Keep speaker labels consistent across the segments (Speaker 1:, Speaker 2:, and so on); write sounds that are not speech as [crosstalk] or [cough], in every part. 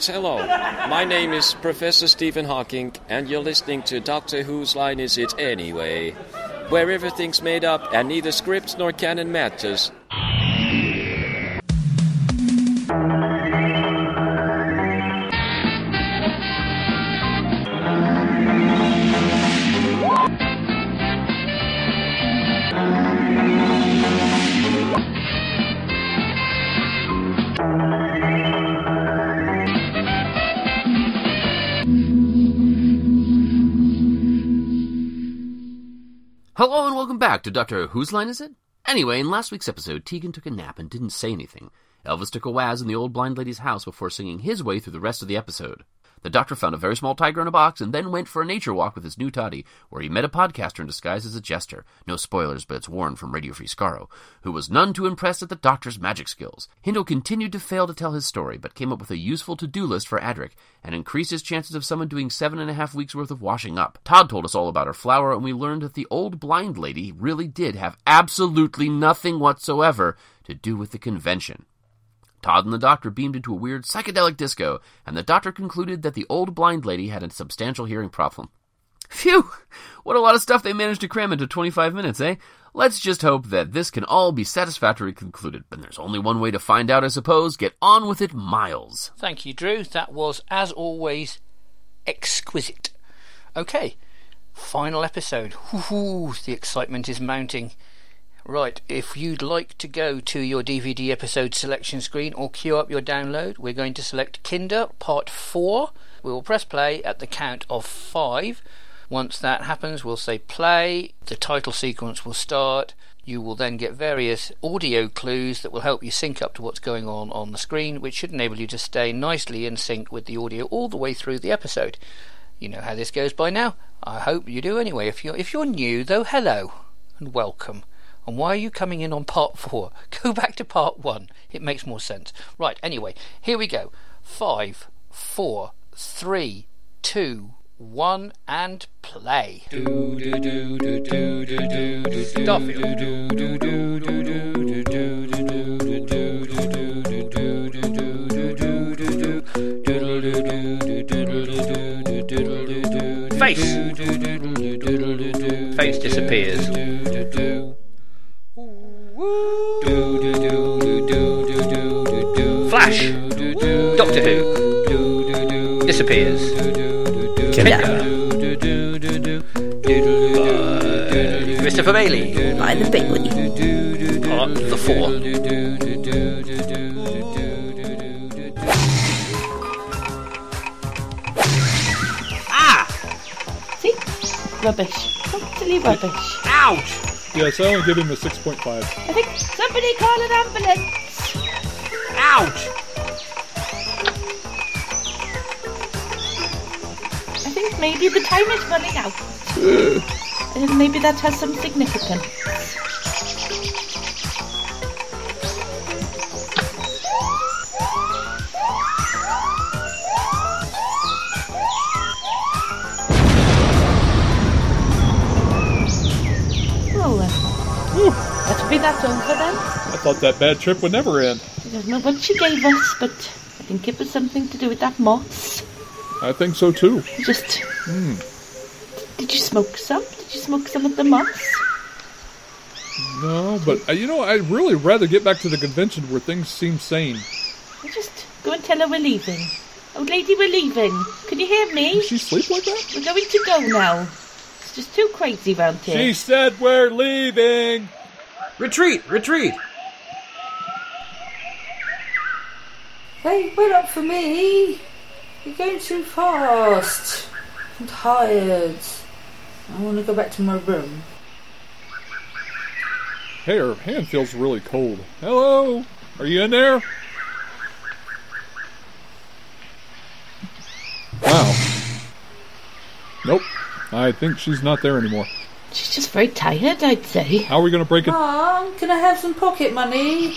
Speaker 1: Hello, my name is Professor Stephen Hawking, and you're listening to Doctor Whose Line Is It Anyway? Where everything's made up and neither script nor canon matches.
Speaker 2: Hello and welcome back to Doctor Whose Line Is It? Anyway, in last week's episode, Tegan took a nap and didn't say anything. Elvis took a waz in the old blind lady's house before singing his way through the rest of the episode. The doctor found a very small tiger in a box and then went for a nature walk with his new toddy, where he met a podcaster in disguise as a jester. No spoilers, but it's Warren from Radio Free Scarrow, who was none too impressed at the doctor's magic skills. Hindle continued to fail to tell his story, but came up with a useful to-do list for Adric and increased his chances of someone doing seven and a half weeks worth of washing up. Todd told us all about her flower, and we learned that the old blind lady really did have absolutely nothing whatsoever to do with the convention. Todd and the doctor beamed into a weird psychedelic disco, and the doctor concluded that the old blind lady had a substantial hearing problem. Phew! What a lot of stuff they managed to cram into 25 minutes, eh? Let's just hope that this can all be satisfactorily concluded, but there's only one way to find out, I suppose. Get on with it, Miles.
Speaker 3: Thank you, Drew. That was, as always, exquisite. Okay, final episode. Whoo, the excitement is mounting. Right, if you'd like to go to your DVD episode selection screen or queue up your download, we're going to select Kinder Part 4. We will press play at the count of 5. Once that happens, we'll say play. The title sequence will start. You will then get various audio clues that will help you sync up to what's going on on the screen, which should enable you to stay nicely in sync with the audio all the way through the episode. You know how this goes by now. I hope you do anyway. If you're if you're new, though, hello and welcome. And why are you coming in on part four? [laughs] Go back to part one. It makes more sense. Right. Anyway, here we go. Five, four, three, two, one, and play. Starfield.
Speaker 4: Face. Face disappears. Flash. Doctor Who. Disappears. Kidnapper. Christopher Bailey.
Speaker 5: by the Bailey.
Speaker 4: Part the four.
Speaker 5: See? Rubbish. Totally rubbish.
Speaker 4: Ouch!
Speaker 6: Yeah, so I only give him a 6.5.
Speaker 5: I think somebody call an ambulance.
Speaker 4: Ouch!
Speaker 5: I think maybe the time is running out. and Uh, maybe that has some significance. Oh, well. That'll be that over then.
Speaker 6: I thought that bad trip would never end.
Speaker 5: I don't know what she gave us, but I think it was something to do with that moss.
Speaker 6: I think so too. Hmm,
Speaker 5: Just. Did you smoke some? Did you smoke some of the moss?
Speaker 6: No, but uh, you know, I'd really rather get back to the convention where things seem sane.
Speaker 5: You Just go and tell her we're leaving. Old lady, we're leaving. Can you hear me?
Speaker 6: Does she sleep like that?
Speaker 5: We're going to go now. It's just too crazy round here.
Speaker 6: She said we're leaving.
Speaker 7: Retreat! Retreat!
Speaker 8: They went up for me. You're going too fast. I'm tired. I want to go back to my room.
Speaker 6: Hey, her hand feels really cold. Hello, are you in there? Wow. Nope. I think she's not there anymore.
Speaker 5: She's just very tired, I'd say.
Speaker 6: How are we gonna break it? How
Speaker 8: Mom, can I have some pocket money?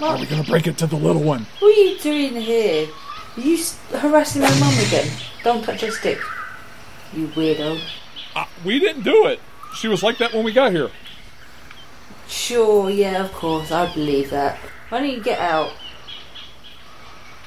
Speaker 6: are we gonna break it to the little one?
Speaker 8: What are you doing here? Are you s- harassing my mum again? Don't touch her stick. You weirdo.
Speaker 6: Uh, we didn't do it. She was like that when we got here.
Speaker 8: Sure, yeah, of course. I believe that. Why don't you get out?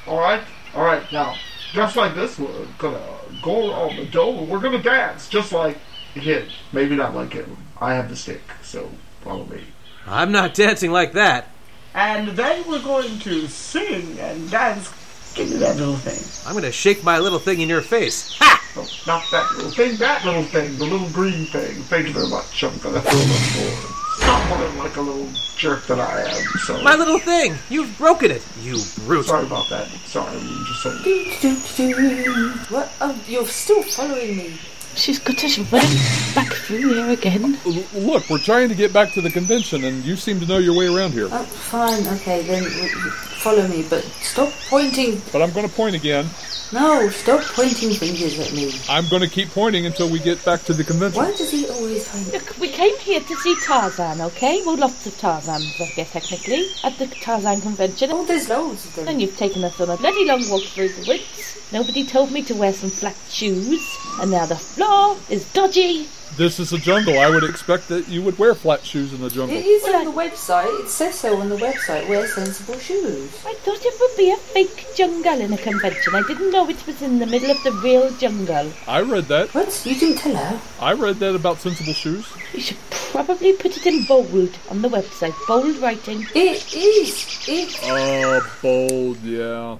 Speaker 7: Alright, alright, now.
Speaker 9: just like this one, gonna go on the dole. We're gonna dance, just like him. Maybe not like him. I have the stick, so follow me.
Speaker 10: I'm not dancing like that.
Speaker 9: And then we're going to sing and dance. Give me that little thing.
Speaker 10: I'm gonna shake my little thing in your face.
Speaker 9: Oh, not that little thing, that little thing, the little green thing. Thank you very much. I'm gonna throw them forward. Stop running like a little jerk that I am.
Speaker 10: [laughs]
Speaker 9: So
Speaker 10: My little thing! You've broken it, you brute.
Speaker 9: Sorry about that. Sorry, I'm just so
Speaker 8: What? Oh, you're still following me.
Speaker 5: She's got us right back through here again.
Speaker 6: L- Look, we're trying to get back to the convention, and you seem to know your way around here.
Speaker 8: Oh, fine. Okay, then w- w- follow me, but stop pointing.
Speaker 6: But I'm going to point again.
Speaker 8: No, stop pointing fingers at me.
Speaker 6: I'm going to keep pointing until we get back to the convention.
Speaker 8: Why does he always find
Speaker 5: Look, we came here to see Tarzan, okay? Well, lots of Tarzans, I guess, technically, at the Tarzan convention.
Speaker 8: Oh, there's loads of them.
Speaker 5: And you've taken us on a bloody long walk through the woods. Nobody told me to wear some flat shoes, and now the floor is dodgy.
Speaker 6: This is a jungle. I would expect that you would wear flat shoes in the
Speaker 8: It
Speaker 6: jungle.
Speaker 8: is on the website. It says so on the website. Wear sensible shoes.
Speaker 5: I thought it would be a fake jungle in a convention. I didn't know it was in the middle of the real jungle.
Speaker 6: I read that.
Speaker 8: What? You didn't tell her?
Speaker 6: I read that about sensible shoes.
Speaker 5: You should probably put it in bold on the website. Bold writing.
Speaker 8: It is. It.
Speaker 6: Uh, bold, yeah.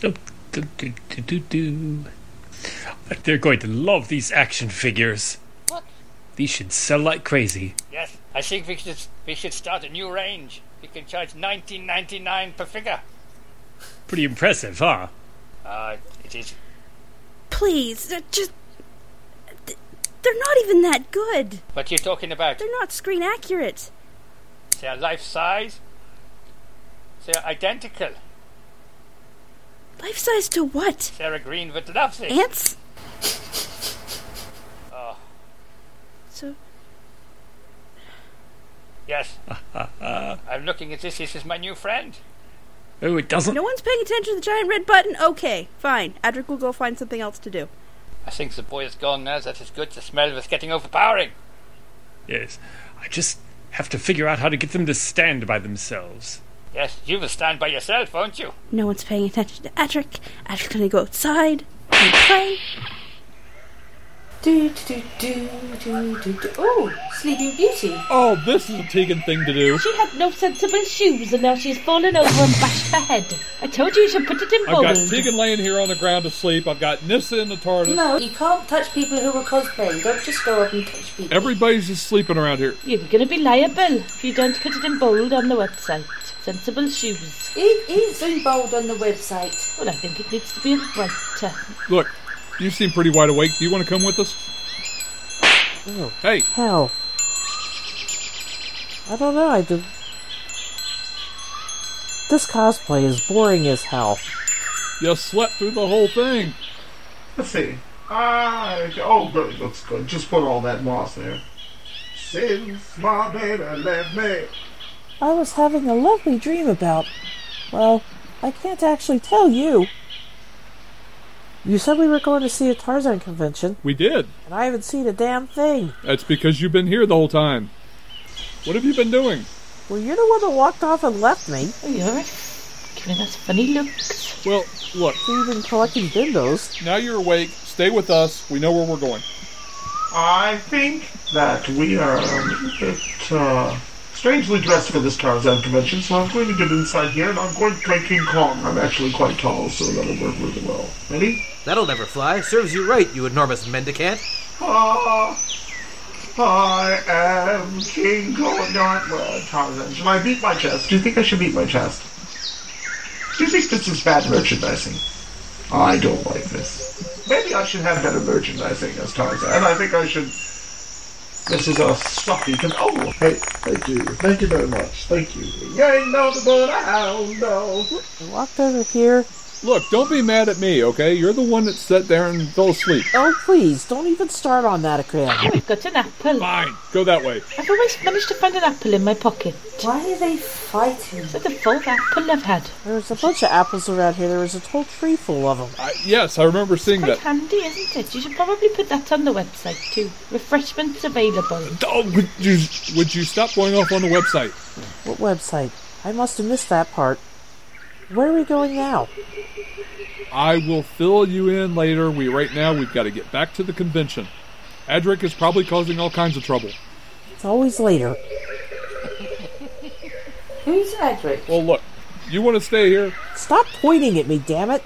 Speaker 11: Do-do-do-do-do. They're going to love these action figures.
Speaker 3: What?
Speaker 11: These should sell like crazy.
Speaker 12: Yes, I think we should we should start a new range. We can charge 19.99 per figure.
Speaker 11: Pretty impressive, huh?
Speaker 12: Uh, it is.
Speaker 13: Please, they're just. They're not even that good.
Speaker 12: What you're talking about?
Speaker 13: They're not screen accurate.
Speaker 12: They are life size. They are identical.
Speaker 13: Life size to what?
Speaker 12: Sarah Green would love this.
Speaker 13: Ants?
Speaker 12: Oh,
Speaker 13: So.
Speaker 12: yes. [laughs] I'm looking at this. This is my new friend.
Speaker 11: Oh, it doesn't.
Speaker 13: No one's paying attention to the giant red button? Okay, fine. Adric will go find something else to do.
Speaker 12: I think the boy is gone now. That is good. The smell was getting overpowering.
Speaker 11: Yes. I just have to figure out how to get them to stand by themselves.
Speaker 12: Yes, you will stand by yourself, won't you?
Speaker 13: No one's paying attention to Adric. Adric's gonna go outside and play.
Speaker 8: Do do do do do do. Oh, Sleeping Beauty.
Speaker 6: Oh, this is a Tegan thing to do.
Speaker 5: She had no sensible shoes, and now she's fallen over and bashed her head. I told you you should put it in
Speaker 6: I've got
Speaker 5: bold.
Speaker 6: Tegan laying here on the ground asleep. I've got Nissa in the TARDIS.
Speaker 8: No, you can't touch people who are cosplaying. Don't just go up and touch people.
Speaker 6: Everybody's just sleeping around here.
Speaker 5: You're going to be liable if you don't put it in bold on the website. Sensible shoes.
Speaker 8: It is in bold on the website.
Speaker 5: Well, I think it needs to be in brighter.
Speaker 6: Look, you seem pretty wide awake. Do you want to come with us?
Speaker 14: Oh,
Speaker 6: Hey,
Speaker 14: hell. I don't know, I did. This cosplay is boring as hell.
Speaker 6: you slept through the whole thing.
Speaker 9: Let's see. Ah, oh, good. Looks good. Just put all that moss there. Since my baby left me.
Speaker 14: I was having a lovely dream about. Well, I can't actually tell you. You said we were going to see a Tarzan convention,
Speaker 6: We did.
Speaker 14: and I haven't seen a damn thing.
Speaker 6: That's because you've been here the whole time. What have you been doing?
Speaker 14: Well, you're the one that walked off and left me.
Speaker 5: Oh, you're giving us funny looks.
Speaker 6: Well, look,
Speaker 14: So you've been collecting bindos.
Speaker 6: now you're awake. Stay with us. We know where we're going.
Speaker 9: I think that we are a bit uh, strangely dressed for this Tarzan convention, so I'm going to get inside here and I'm going to play King Kong. I'm actually quite tall, so that'll work really well. Ready?
Speaker 10: That'll never fly. Serves you right, you enormous mendicant.
Speaker 9: Ah, I am King Kong. No, I'm, uh, Tarzan. Should I beat my chest? Do you think I should beat my chest? Do you think this is bad merchandising? I don't like this. Maybe I should have better merchandising as Tarzan. And I think I should. This is a stuffy. Con- oh, hey, thank you. Thank you very much. Thank you. Yay, no, the bird, I no.
Speaker 14: I walked over here.
Speaker 6: Look, don't be mad at me, okay? You're the one that sat there and fell asleep.
Speaker 14: Oh, please, don't even start on that again.
Speaker 5: We've got an apple.
Speaker 6: Fine, go that way.
Speaker 5: I've always managed to find an apple in my pocket.
Speaker 8: Why are they fighting?
Speaker 5: Is that the fourth apple I've had?
Speaker 14: There's a bunch of apples around here. There was a whole tree full of them.
Speaker 6: I, yes, I remember seeing
Speaker 5: Quite
Speaker 6: that.
Speaker 5: handy, isn't it? You should probably put that on the website too. Refreshments available.
Speaker 6: Oh, would you, would you stop going off on the website?
Speaker 14: What website? I must have missed that part. Where are we going now?
Speaker 6: I will fill you in later. We right now we've got to get back to the convention. Adric is probably causing all kinds of trouble.
Speaker 14: It's always later.
Speaker 8: Who's Edric?
Speaker 6: Well, look, you want to stay here?
Speaker 14: Stop pointing at me, damn it!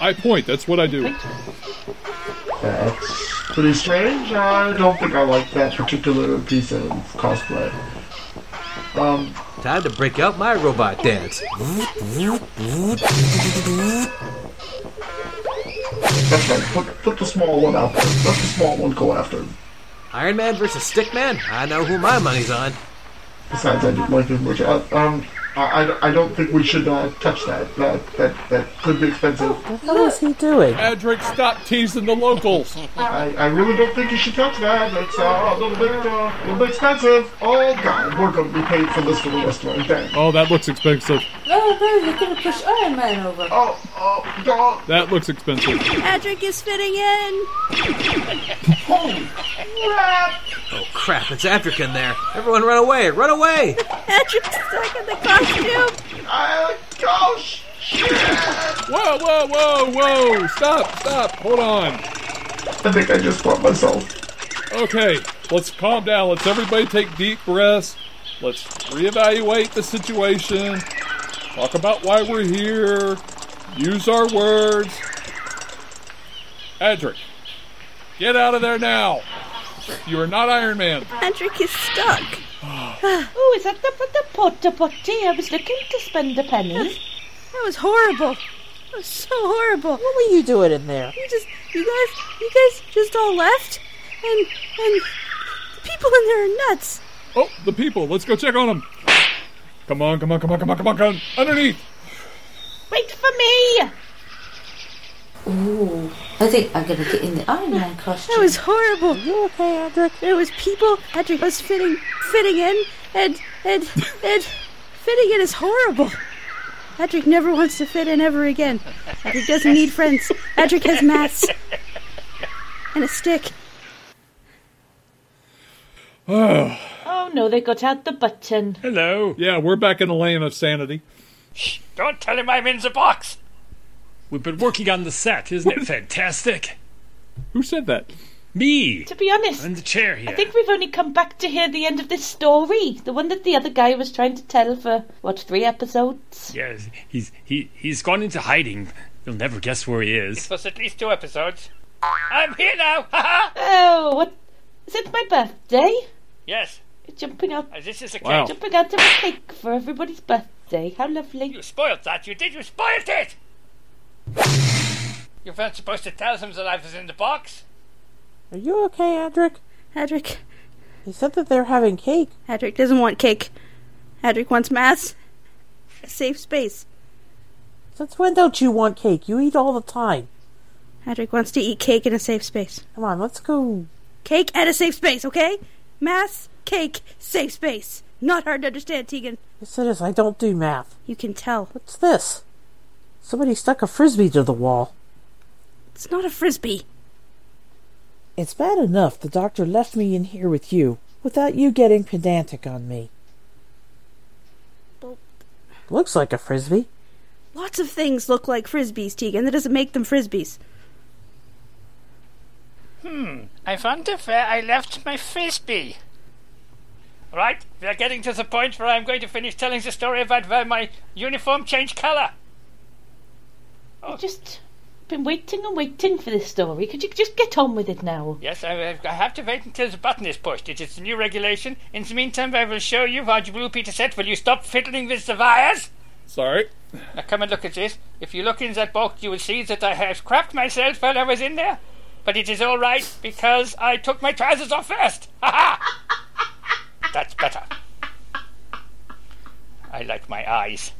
Speaker 6: I point. That's what I do.
Speaker 9: Pretty strange. I don't think I like that particular piece of cosplay. Um,
Speaker 10: Time to break out my robot dance.
Speaker 9: that's right. Put, put the small one out there. Let the small one go after him.
Speaker 10: Iron Man versus Stickman? I know who my money's on.
Speaker 9: Besides, I didn't like him much. Uh, um, I, I, I don't think we should uh, touch that. That that that could be expensive.
Speaker 14: What is he doing?
Speaker 6: Adric, stop teasing the locals.
Speaker 9: I, I really don't think you should touch that. It's uh, a little bit uh, a little bit expensive. Oh God, we're going to be paid for this for the rest of our
Speaker 6: [laughs]
Speaker 9: day.
Speaker 6: Oh, that looks expensive.
Speaker 8: No, no, you're gonna push Iron Man over.
Speaker 9: Oh, oh, God.
Speaker 6: That looks expensive.
Speaker 13: Adric is fitting in.
Speaker 10: Oh crap, it's Adric in there. Everyone run away, run away!
Speaker 13: Adric's stuck in the costume.
Speaker 9: gosh.
Speaker 6: Whoa, whoa, whoa, whoa! Oh, Stop, stop. Hold on.
Speaker 9: I think I just bought myself.
Speaker 6: Okay, let's calm down. Let's everybody take deep breaths. Let's reevaluate the situation. Talk about why we're here. Use our words. Adric, get out of there now. You are not Iron Man.
Speaker 13: Adric is stuck.
Speaker 5: [gasps] oh, is that the, the porta potty? I was looking to spend a penny.
Speaker 13: That was horrible. That was so horrible.
Speaker 14: What were you doing in there?
Speaker 13: You just, you guys, you guys just all left, and and people in there are nuts.
Speaker 6: Oh, the people. Let's go check on them. Come on, come on, come on, come on, come on, come on. Underneath.
Speaker 5: Wait for me!
Speaker 8: Ooh, I think I'm gonna get in the Iron Man costume.
Speaker 13: That was horrible. you okay, Adric? There was people. Adric was fitting, fitting in, and and and fitting in is horrible. Adric never wants to fit in ever again. Adric doesn't need friends. Adric has maths and a stick.
Speaker 6: [sighs] Oh,
Speaker 5: Oh no, they got out the button.
Speaker 11: Hello.
Speaker 6: yeah, we're back in the lane of sanity.
Speaker 12: Don't tell him I'm in the box.
Speaker 11: We've been working on the set. Isn't
Speaker 5: [laughs]
Speaker 11: it fantastic?
Speaker 6: Who said that?
Speaker 11: Me.
Speaker 5: To be honest,
Speaker 11: In the chair here.
Speaker 5: I think we've only come back to hear the end of this story. The one that the other guy was trying to tell for, what, three
Speaker 12: [laughs]
Speaker 5: episodes?
Speaker 11: Yes, he's he he's gone into hiding. You'll never guess where he is.
Speaker 12: It was at least two episodes. I'm here now. Ha ha.
Speaker 5: Oh, what? Is it my birthday?
Speaker 12: Yes,
Speaker 5: Jumping out,
Speaker 12: uh, this is a cake.
Speaker 6: Wow.
Speaker 5: jumping out of a cake for everybody's birthday. How lovely.
Speaker 12: You spoiled that. You did. You spoiled it. You weren't supposed to tell them that I was in the box.
Speaker 14: Are you okay, Adric?
Speaker 13: Adric,
Speaker 14: He said that they're having cake.
Speaker 13: Adric doesn't want cake. Adric wants maths. A safe space.
Speaker 14: Since when don't you want cake? You eat all the time.
Speaker 13: Adric wants to eat cake in a safe space.
Speaker 14: Come on, let's go.
Speaker 13: Cake at a safe space, okay? Maths, cake, safe space. Not hard to understand, Tegan.
Speaker 14: Yes, it is. I don't do math.
Speaker 13: You can tell.
Speaker 14: What's this? Somebody stuck a frisbee to the wall.
Speaker 13: It's not a frisbee.
Speaker 14: It's bad enough the doctor left me in here with you, without you getting pedantic on me.
Speaker 13: Well-
Speaker 14: Looks like a frisbee.
Speaker 13: Lots of things look like frisbees, Tegan. That doesn't make them frisbees.
Speaker 12: Hmm. I wonder where I left my frisbee. Right, we are getting to the point where I'm going to finish telling the story about where my uniform changed colour.
Speaker 5: I've just been waiting and waiting for this story. Could you just get on with it now?
Speaker 12: Yes, I, I have to wait until the button is pushed. It is the new regulation. In the meantime, I will show you what Blue Peter said. Will you stop fiddling with the wires?
Speaker 6: Sorry.
Speaker 12: Now come and look at this. If you look in that box, you will see that I have crapped myself while I was in there. But it is all right because I took my trousers off first. [laughs] Ha ha! That's better. I like my eyes.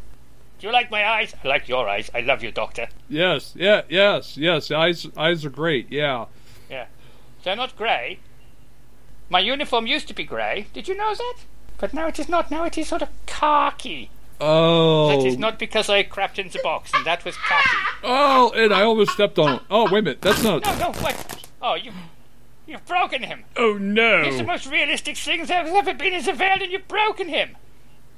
Speaker 12: Do you like my eyes? I like your eyes. I love you, Doctor.
Speaker 6: Yes, yeah, yes, yes. Eyes, eyes are great. Yeah.
Speaker 12: They're not grey. My uniform used to be grey. Did you know that? But now it is not. Now it is sort of khaki.
Speaker 6: Oh.
Speaker 12: That is not because I crapped in the box, and that was khaki.
Speaker 6: Oh, and I almost stepped on it. Oh, wait a minute. That's not.
Speaker 12: No, no, what? Oh, you, you've broken him.
Speaker 11: Oh
Speaker 12: It's the
Speaker 11: no!
Speaker 12: most realistic thing that has ever been in the world, and you've broken him.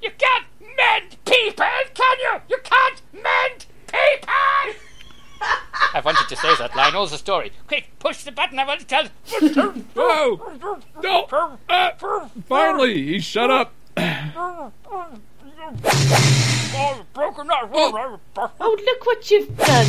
Speaker 12: You can't mend people, can you? You can't mend people! I wanted to say that, Lionel's a story. Quick, push the button I want to tell.
Speaker 6: No!
Speaker 12: No!
Speaker 6: Oh. Ah, Finally, he shut up.
Speaker 12: Oh, broken up.
Speaker 5: Oh, look what you've done.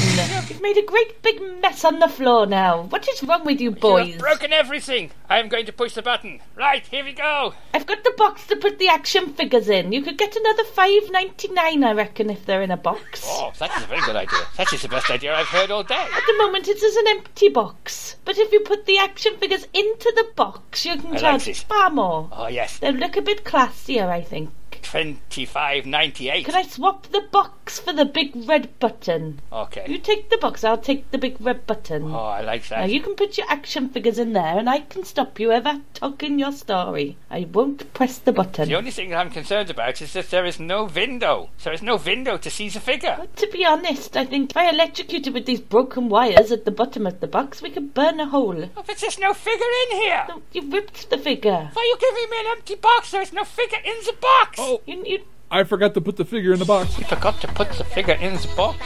Speaker 5: You've made a great big mess on the floor now. What is wrong with you
Speaker 12: You've
Speaker 5: boys?
Speaker 12: broken everything. I am going to push the button. Right, here we go.
Speaker 5: I've got the box to put the action figures in. You could get another five ninety nine, I reckon, if they're in a box.
Speaker 12: Oh, that is a very good idea. That is the best idea I've heard all day.
Speaker 5: At the moment, it is an empty box. But if you put the action figures into the box, you
Speaker 12: I
Speaker 5: can
Speaker 12: like
Speaker 5: charge
Speaker 12: this.
Speaker 5: far more.
Speaker 12: Oh, yes.
Speaker 5: They'll look a bit classier, I think.
Speaker 12: 2598.
Speaker 5: Can I swap the box for the big red button? You
Speaker 12: Okay.
Speaker 5: take the box, I'll take the big red button.
Speaker 12: Oh, I like
Speaker 5: Now
Speaker 12: that.
Speaker 5: you can put your action figures in there, and I can stop you ever talking your story. I won't press the button.
Speaker 12: The only thing I'm concerned about is that there is no window. There is no window to see the figure.
Speaker 5: To be honest, I think if I electrocuted with these broken wires at the bottom of the box, we could burn a hole.
Speaker 12: But there's no figure in here.
Speaker 5: You ripped the figure.
Speaker 12: Why are you giving me an empty box? There's no figure in the box. Oh,
Speaker 5: you, you
Speaker 6: I forgot to put the figure in the box. You
Speaker 12: forgot to put the figure in the box?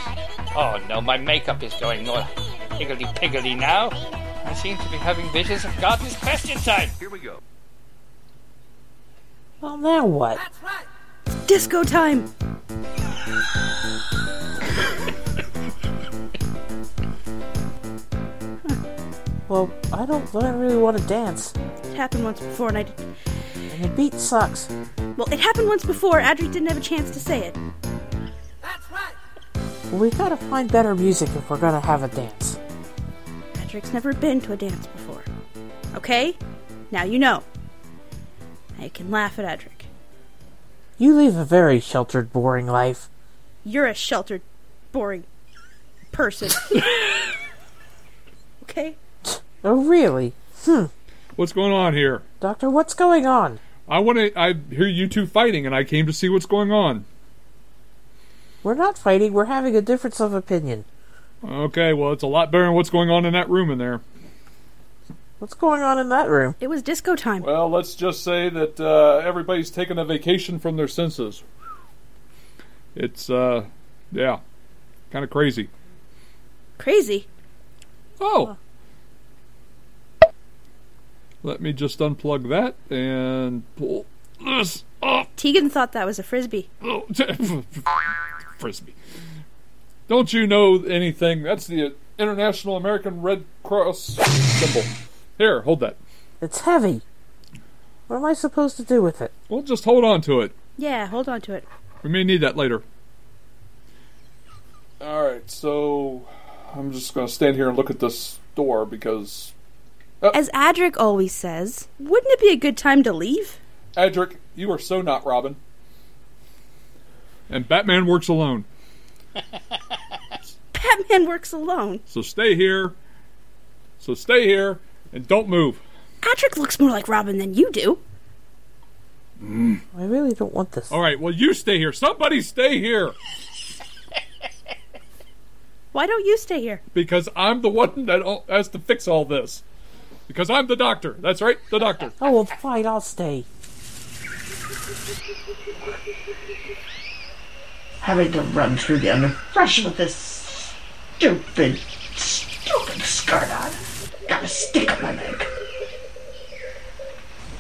Speaker 12: Oh no, my makeup is going all higgledy piggledy now. I seem to be having visions of Garden's question time. Here we go.
Speaker 14: Well, now what?
Speaker 13: Disco time!
Speaker 14: [laughs] Well, I don't, I don't really want to dance.
Speaker 13: It happened once before and I did.
Speaker 14: And the beat sucks.
Speaker 13: Well, it happened once before. Adric didn't have a chance to say it.
Speaker 14: We gotta find better music if we're gonna have a dance.
Speaker 13: Adric's never been to a dance before. Okay? Now you know. Now you can laugh at Adric.
Speaker 14: You live a very sheltered, boring life.
Speaker 13: You're a sheltered, boring person. okay?
Speaker 14: Oh, really? Hmm.
Speaker 6: What's going on here?
Speaker 14: Doctor, what's going on?
Speaker 6: I want to. I hear you two fighting, and I came to see what's going on.
Speaker 14: We're not fighting, we're having a difference of opinion.
Speaker 6: Okay, well, it's a lot better than what's going on in that room in there.
Speaker 14: What's going on in that room?
Speaker 13: It was disco time.
Speaker 6: Well, let's just say that uh, everybody's taking a vacation from their senses. It's, uh, yeah, kind of crazy.
Speaker 13: Crazy.
Speaker 6: Oh. Let me just unplug that and pull this oh. up.
Speaker 13: Oh. Tegan thought that was
Speaker 6: [laughs]
Speaker 13: a frisbee.
Speaker 6: Frisbee. Don't you know anything? That's the International American Red Cross symbol. Here, hold that.
Speaker 14: It's heavy. What am I supposed to do with it?
Speaker 6: Well, just hold on to it.
Speaker 13: Yeah, hold on to it.
Speaker 6: We may need that later. Alright, so I'm just going to stand here and look at this door because. Uh.
Speaker 13: As Adric always says, wouldn't it be a good time to leave?
Speaker 6: Adric, you are so not Robin. And Batman works alone.
Speaker 13: [laughs] Batman works alone.
Speaker 6: So stay here. So stay here and don't move.
Speaker 13: Adric looks more like Robin than you do.
Speaker 14: I really don't want this.
Speaker 6: Alright, well, you stay here. Somebody stay here
Speaker 13: Why don't you stay here?
Speaker 6: because I'm the one that o- has to fix all this. Because I'm the doctor. That's right, the doctor.
Speaker 14: Oh, well, fine, I'll stay.
Speaker 9: Having to run through the impression with this stupid, stupid skirt on. Got a stick on my leg.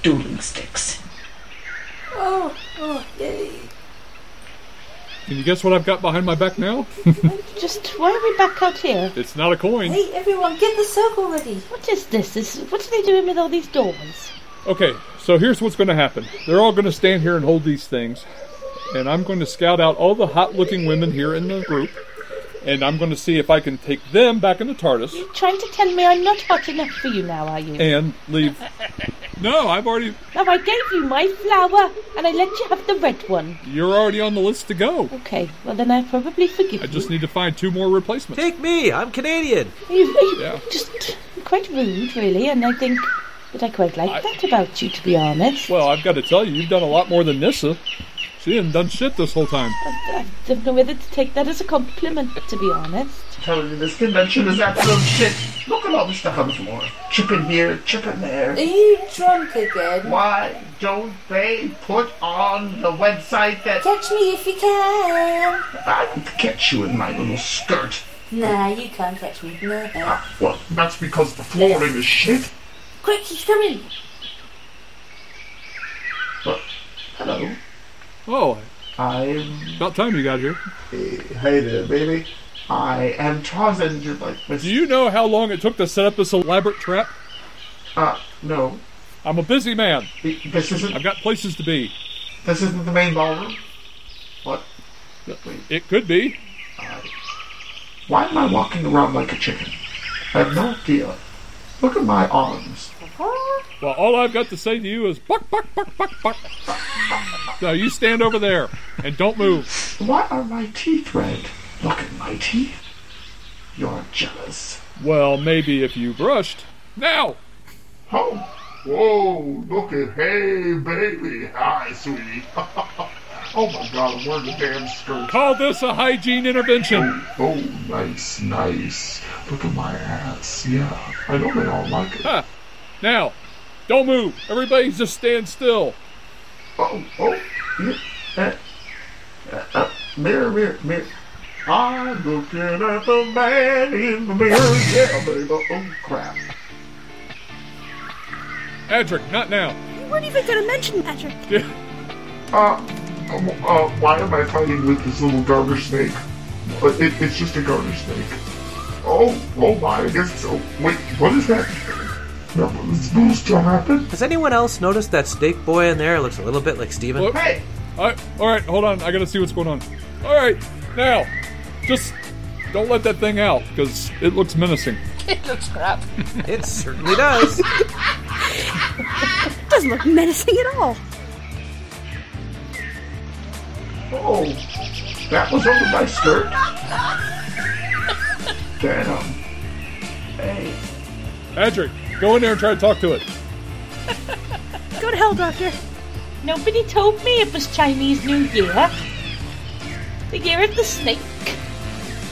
Speaker 9: Dueling sticks.
Speaker 8: Oh, oh, yay.
Speaker 6: Can you guess what I've got behind my back now? [laughs]
Speaker 5: Just why are we back out here?
Speaker 6: it's not a coin.
Speaker 8: Hey, everyone, get the circle ready.
Speaker 5: What is this? This what are they doing with all these doors?
Speaker 6: Okay, so here's what's going to happen. They're all going to stand here and hold these things, and I'm going to scout out all the hot-looking women here in the group, and I'm going to see if I can take them back into TARDIS
Speaker 5: Trying to tell me I'm not hot enough for you now, are you?
Speaker 6: and uh, leave. No, I've already.
Speaker 5: Now I gave you my flower, and I let you have the red one.
Speaker 6: You're already on the list to go.
Speaker 5: Okay, well then I probably forgive
Speaker 6: I just need to find two more replacements.
Speaker 10: Take me. I'm Canadian.
Speaker 5: you. You- you-
Speaker 6: Yeah.
Speaker 5: Just quite rude, really, and I think that I quite like that about you, to be honest.
Speaker 6: Well, I've got to tell you, you've done a lot more than Nissa. She hadn't done shit this whole time.
Speaker 5: I don't know whether to take that as a compliment, to be honest.
Speaker 9: Telling you this convention is absolute shit. Look at all the stuff on the floor. Chipping here, chipping there.
Speaker 8: Are you drunk again?
Speaker 9: Why don't they put on the website that
Speaker 8: Catch me if you can.
Speaker 9: I can catch you in my little skirt?
Speaker 8: Nah, you can't catch me. Nah.
Speaker 9: Well, that's because the flooring is shit.
Speaker 8: Quick, he's coming.
Speaker 9: But, hello.
Speaker 6: Oh,
Speaker 9: I'm.
Speaker 6: About time you got here.
Speaker 9: Hey there, baby. I am Tarzan. You're like
Speaker 6: Do you know how long it took to set up this elaborate trap?
Speaker 9: Uh, no.
Speaker 6: I'm a busy man.
Speaker 9: This isn't.
Speaker 6: I've got places to be.
Speaker 9: This isn't the main ballroom. What?
Speaker 6: It could be.
Speaker 9: Why am I walking around like a chicken? I have no idea. Look at my arms.
Speaker 6: Well, all I've got to say to you is buck, buck, buck, buck, buck. Now you stand over there and don't move.
Speaker 9: Why are my teeth red? Look at my teeth. You're jealous.
Speaker 6: Well, maybe if you brushed. Now!
Speaker 9: Oh, whoa, look at, hey, baby. Hi, sweetie. [laughs] oh my god, I'm wearing a damn skirt.
Speaker 6: Call this a hygiene intervention.
Speaker 9: Oh, nice, nice. Look at my ass. Yeah, I know they all like it.
Speaker 6: Huh. Now, don't move. Everybody just stand still.
Speaker 9: Oh, oh, yeah, eh, eh, eh, mirror, mirror, mirror. I'm looking at the man in the mirror. Yeah, baby. Oh, crap.
Speaker 6: Adric, not now.
Speaker 13: You weren't even going to mention Patrick.
Speaker 9: Uh, uh, why am I fighting with this little garter snake? Uh, It, it's just a garter snake. Oh, oh my, I guess so. Wait, what is that? No, it's supposed to happen?
Speaker 10: Has anyone else noticed that snake boy in there looks a little bit like Steven?
Speaker 6: Look. All right, all right, hold on. I gotta see what's going on. All right, now, just don't let that thing out because it looks menacing.
Speaker 3: It looks
Speaker 6: [laughs]
Speaker 3: crap.
Speaker 10: it certainly does.
Speaker 13: It [laughs] doesn't look menacing at all.
Speaker 9: Oh, that was over my skirt. Damn. Hey,
Speaker 6: Adric, go in there and try to talk to it.
Speaker 5: Go to hell, Doctor. Nobody told me it was Chinese New Year. The year of the snake.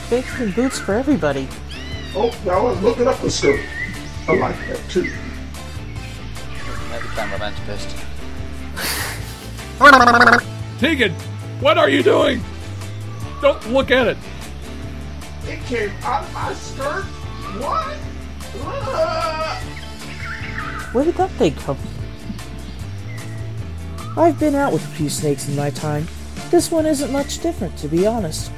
Speaker 14: Boots and boots for everybody.
Speaker 9: oh, now I'm looking up the skirt. I like that too.
Speaker 3: No, the cameraman's pissed.
Speaker 6: Tegan, what are you doing? Don't look at it.
Speaker 9: It came out of my skirt? What? Ah!
Speaker 14: Where did that thing come from? I've been out with a few snakes in my time. This one isn't much different, to be honest.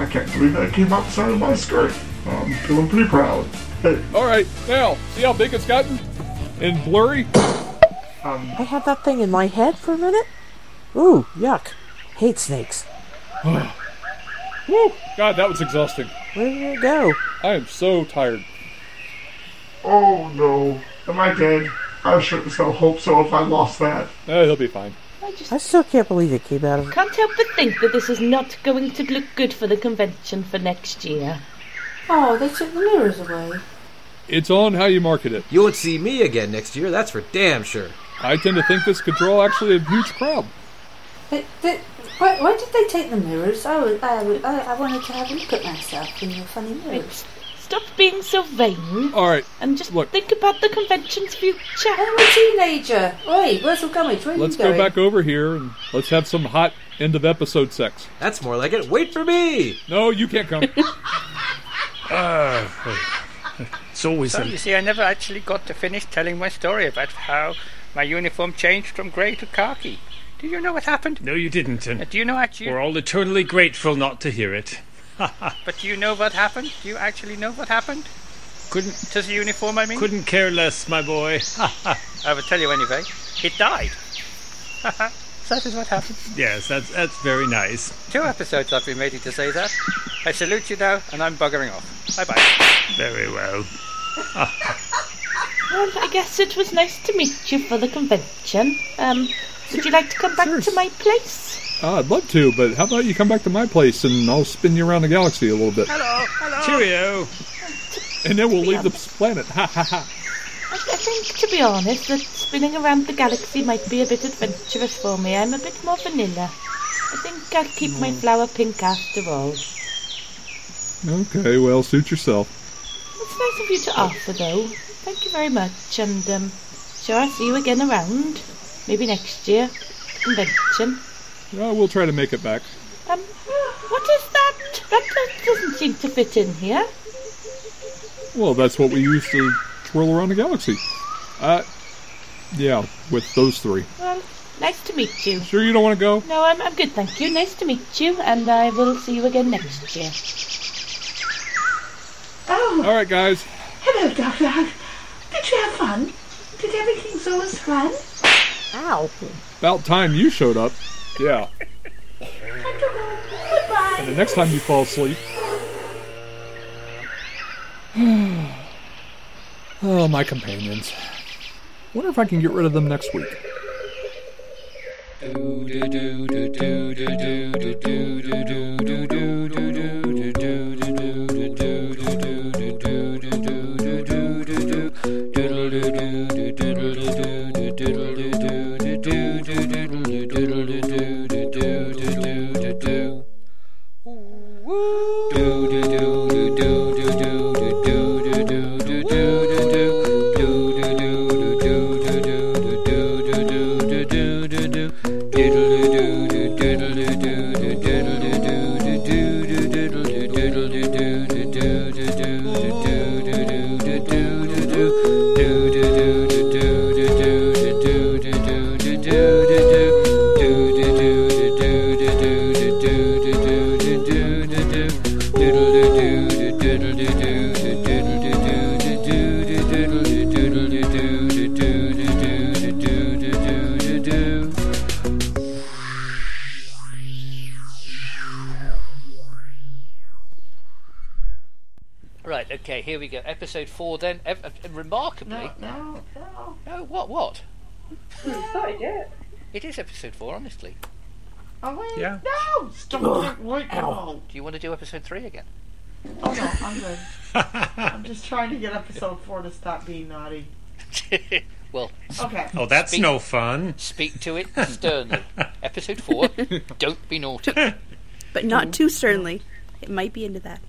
Speaker 9: I can't believe that came outside of my skirt. I'm feeling pretty proud. Hey,
Speaker 6: All right, now, see how big it's gotten? And blurry? [sighs]
Speaker 9: um,
Speaker 14: I had that thing in my head for a minute. Ooh, yuck. Hate snakes.
Speaker 6: Woo! God, that was exhausting.
Speaker 14: Where did it go?
Speaker 6: I am so tired.
Speaker 9: oh no. Am I dead? I sure so hope so if I lost that.
Speaker 6: Eh, he'll be fine.
Speaker 14: I still can't believe it came out of
Speaker 5: Can't help but think that this is not going to look good for the convention for next year.
Speaker 8: Oh, they took the mirrors away.
Speaker 6: It's on how you market it.
Speaker 10: You won't see me again next year, that's for damn sure.
Speaker 6: I tend to think this could draw actually a huge crowd.
Speaker 8: They, they, why, why did they take the mirrors? I, was, I, was- I, I wanted to have a look at myself in the funny mirrors.
Speaker 5: Stop being so vain
Speaker 6: All right,
Speaker 5: and just
Speaker 6: Look.
Speaker 5: think about the convention's future.
Speaker 8: I'm a teenager. Oi, Wurzel Gummidge, where are
Speaker 6: let's
Speaker 8: you going?
Speaker 6: go back over here and let's have some hot end of episode sex.
Speaker 10: That's more like it. Wait for me!
Speaker 6: No, you can't
Speaker 14: [laughs]
Speaker 6: come. Ah,
Speaker 11: Uh, it's always
Speaker 12: So
Speaker 11: a
Speaker 12: you see, I never actually got to finish telling my story about how my uniform changed from grey to khaki. Do you know what happened?
Speaker 11: [laughs] No, you didn't,
Speaker 12: Uh,
Speaker 11: and
Speaker 12: Do you know actually?
Speaker 11: we're all eternally grateful not to hear it.
Speaker 12: [laughs] But do you know what happened? Do you actually know what happened
Speaker 11: Couldn't
Speaker 12: to the uniform? I mean,
Speaker 11: couldn't care less, my boy. [laughs]
Speaker 12: I will tell you anyway. It died. [laughs] So that is what happened.
Speaker 11: yes, that's that's very nice.
Speaker 12: Two episodes I've been waiting to say that. I salute you now, and I'm buggering off. Bye bye.
Speaker 11: Very well.
Speaker 5: Well, I guess it was nice to meet you for the convention. Um, would you like to come back to my place?
Speaker 6: Ah, I'd love to, but how about you come back to my place and I'll spin you around the galaxy a little bit,
Speaker 12: Hello, hello.
Speaker 11: Cheerio.
Speaker 6: and then we'll leave the planet. Ha ha ha.
Speaker 5: I, I think, to be honest, that spinning around the galaxy might be a bit adventurous for me. I'm a bit more vanilla. I think I'll keep my flower pink after all. It's
Speaker 6: Okay, well, suit yourself.
Speaker 5: nice of you to offer, though. Thank you very much, and um, sure I'll see you again around. Maybe next year. Convention.
Speaker 6: Yeah, Uh, we'll try to make it back.
Speaker 5: Um, what is that? That do- doesn't seem to fit in here.
Speaker 6: Well, that's what we use to twirl around the galaxy. Uh, yeah, with those three.
Speaker 5: Well, nice to meet you.
Speaker 6: Sure, you don't want to go?
Speaker 5: No, I'm, I'm good, thank you. Nice to meet you, and I will see you again next year.
Speaker 6: All right, guys.
Speaker 15: Hello, Doc Dog. Did you have fun? Did everything so much fun? Ow.
Speaker 6: About time you showed up. Yeah. And the next time you fall asleep. [sighs] oh, my companions. Wonder if I can get rid of them next week.
Speaker 3: Right, okay, here we go. Episode four then. Ev- ev- remarkably.
Speaker 15: No, no.
Speaker 3: No, what, what?
Speaker 15: Started yet?
Speaker 3: It is episode four, honestly.
Speaker 15: Are we? [laughs]
Speaker 3: Yeah.
Speaker 15: No! Stop it! Wait, no.
Speaker 3: Do you want to do episode three again?
Speaker 15: Oh, no, I'm good. I'm just trying to get episode 4 to stop being naughty.
Speaker 3: [laughs] Well. [laughs]
Speaker 15: Okay.
Speaker 11: Oh, that's no fun. [laughs]
Speaker 3: Speak to it sternly. episode four. Don't
Speaker 11: [laughs]
Speaker 3: be naughty. [laughs]
Speaker 13: [laughs] But not too sternly. It might be into that.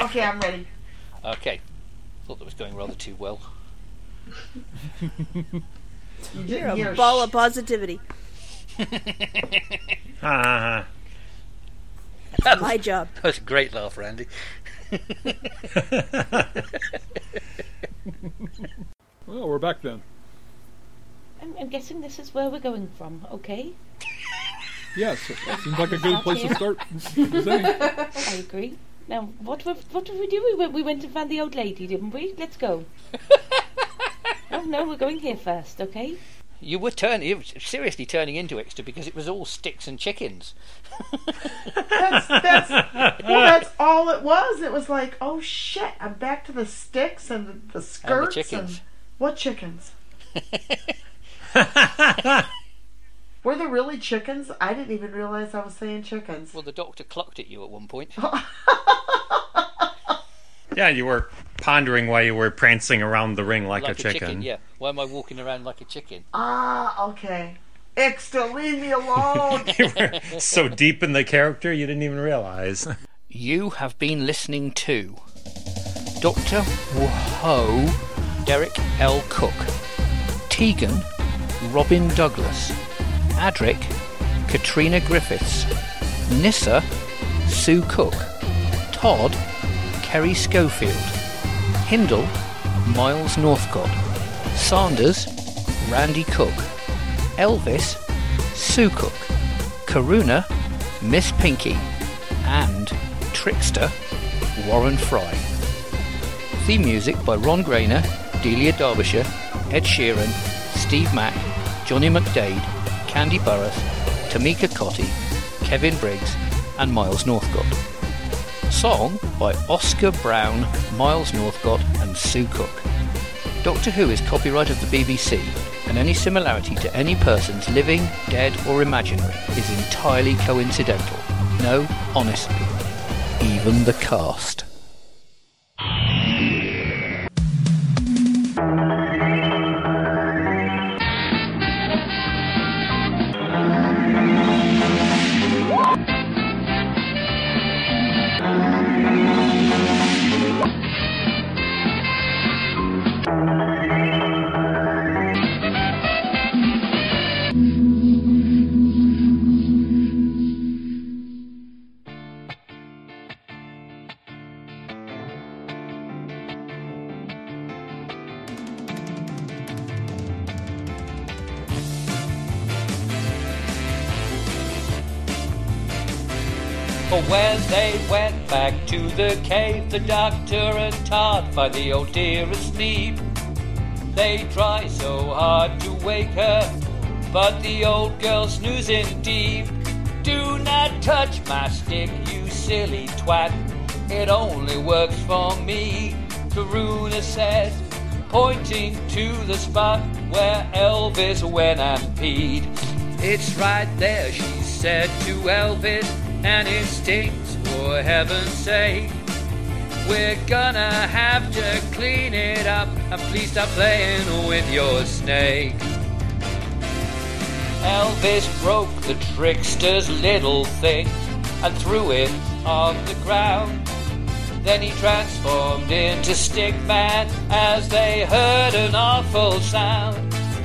Speaker 15: Okay, [laughs] I'm ready.
Speaker 3: Okay. Thought that was going rather too well.
Speaker 13: You're
Speaker 15: hear
Speaker 13: a
Speaker 15: sh-
Speaker 13: ball of
Speaker 15: [laughs]
Speaker 13: positivity.
Speaker 11: Ah.
Speaker 13: That's my
Speaker 16: [laughs]
Speaker 13: job.
Speaker 3: That was a great laugh,
Speaker 13: [laughs]
Speaker 3: Randy.
Speaker 6: Well, we're back then.
Speaker 5: I'm, I'm guessing this is where we're going from, okay?
Speaker 6: Yes, it seems like a good place to start. [laughs] as any.
Speaker 5: I agree. Now, what were, what did we do? We went, we went and found the old lady, didn't we? Let's go. oh no, we're going here first, okay?
Speaker 3: You were turning, you were seriously turning into extra because it was all sticks and chickens.
Speaker 15: That's, well,
Speaker 3: [laughs]
Speaker 15: that's all it was. It was like, oh shit, I'm back to the sticks and the, the skirts.
Speaker 3: chickens.
Speaker 15: what
Speaker 3: [laughs]
Speaker 15: chickens? Were there really chickens? I didn't even realize I was saying chickens.
Speaker 3: Well, the doctor clucked at you at one
Speaker 15: [laughs]
Speaker 3: point.
Speaker 11: Yeah, you were pondering why you were prancing around the ring like, a, chicken. [laughs]
Speaker 3: Yeah. Why am I walking around like a chicken?
Speaker 15: Ah, okay. Ixta, leave me alone.
Speaker 11: so deep in the character you didn't even realize.
Speaker 3: You have been listening to Dr. Whoa, Derek L. Cook, Tegan, Robin Douglas, Adric, Katrina Griffiths, Nissa, Sue Cook, Todd, Kerry Schofield, Hindle, Miles Northcott, Sanders, Randy Cook, Elvis, Sue Cook, Karuna, Miss Pinky, and Trickster, Warren Fry. Theme music by Ron Grainer, Delia Derbyshire, Ed Sheeran, Steve Mack, Johnny McDade, Candy Burris, Tamika Cotty, Kevin Briggs, and Miles Northcott. Song by Oscar Brown, Miles Northcott, and Sue Cook. Doctor Who is copyright of the BBC, and any similarity to any persons living, dead, or imaginary is entirely coincidental. No, honestly, even the cast.
Speaker 16: For when they went back to the cave, the doctor and Todd find the old deer asleep. They try so hard to wake her, but the old girl's snoozing deep. Do not touch my stick, you silly twat. It only works for me, Karuna says, pointing to the spot where Elvis went and peed. It's right there, she said to Elvis, and it stinks for heaven's sake. We're gonna have to clean it up, and please stop playing with your snake. Elvis broke the trickster's little thing and threw it on the ground. Then he transformed into Stickman as they heard an awful sound.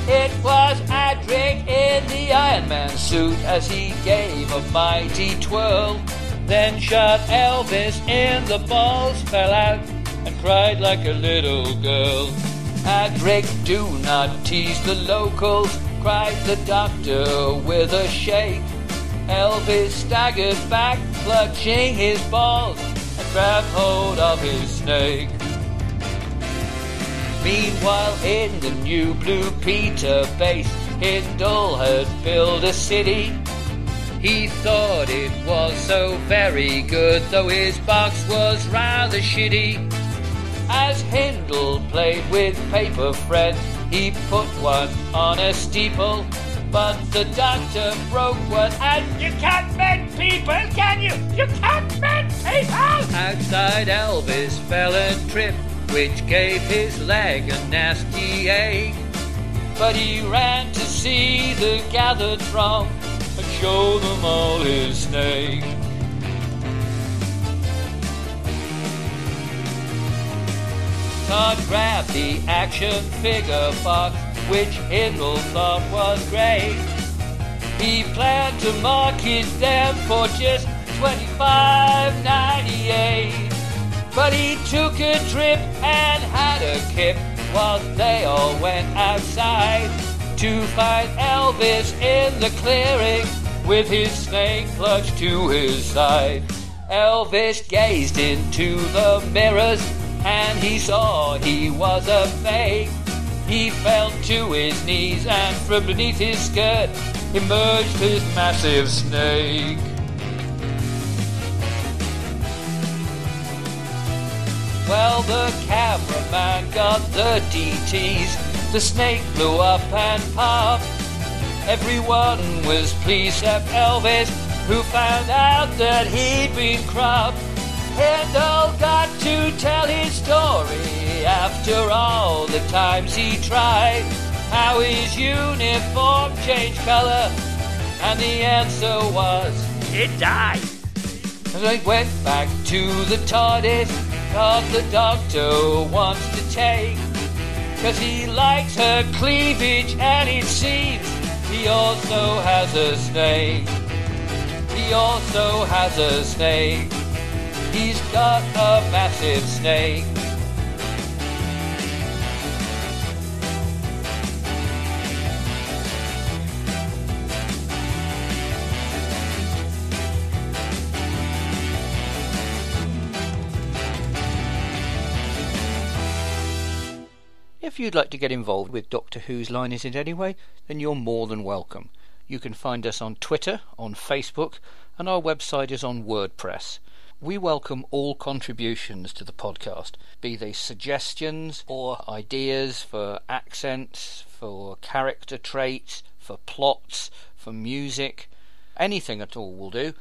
Speaker 16: It was Adric in the Iron Man suit as he gave a mighty twirl. Then shot Elvis in the balls, fell out, and cried like a little girl. Adric, do not tease the locals, cried the doctor with a shake. Elvis staggered back, clutching his balls, and grabbed hold of his snake. Meanwhile, in the new Blue Peter base, Hindle had built a city. He thought it was so very good, though his box was rather shitty. As Hindle played with paper Fred, he put one on a steeple. But the doctor broke one and you can't mend people, can you? You can't mend people! Outside Elvis fell and tripped, which gave his leg a nasty ache. But he ran to see the gathered throng and show them all his snake. Todd grabbed the action figure box, which Hindle thought was great. He planned to mark his dam for just $25.98. But he took a trip and had a kip while they all went outside to find Elvis in the clearing with his snake clutched to his side. Elvis gazed into the mirrors and he saw he was a fake. He fell to his knees, and from beneath his skirt emerged his massive snake. Well, the cameraman got the DTs, the snake blew up and popped. Everyone was pleased except Elvis, who found out that he'd been cropped. Hindle got to tell his story after all the times he tried. How his uniform changed color, and the answer was it died. And they went back to the TARDIS, cause the doctor wants to take. Cause he likes her cleavage, and it seems he also has a snake. He also has a snake. He's got a massive snake.
Speaker 3: If you'd like to get involved with Doctor Who's Line Is It Anyway, then you're more than welcome. You can find us on Twitter, on Facebook, and our website is on WordPress. We welcome all contributions to the podcast, be they suggestions or ideas for accents, for character traits, for plots, for music, anything at all will do.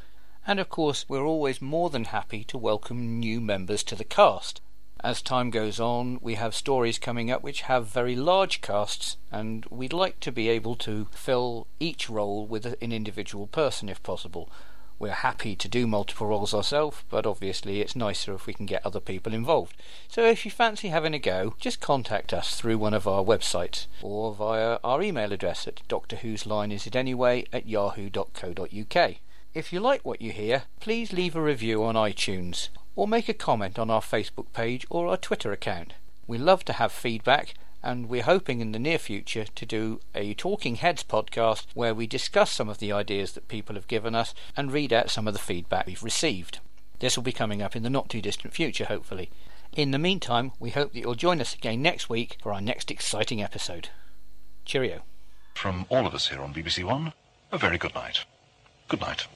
Speaker 3: And of course, we're always more than happy to welcome new members to the cast. As time goes on, we have stories coming up which have very large casts, and we'd like to be able to fill each role with a- an individual person if possible. We're happy to do multiple roles ourselves, but obviously it's nicer if we can get other people involved. So if you fancy having a go, just contact us through one of our websites or via our email address at Doctor Who's Line Is It Anyway at yahoo.co.uk. If you like what you hear, please leave a review on iTunes or make a comment on our Facebook page or our Twitter account. We love to have feedback and we're hoping in the near future to do a Talking Heads podcast where we discuss some of the ideas that people have given us and read out some of the feedback we've received. This will be coming up in the not too distant future, hopefully. In the meantime, we hope that you'll join us again next week for our next exciting episode. Cheerio.
Speaker 17: From all of us here on BBC One, a very good night. Good night.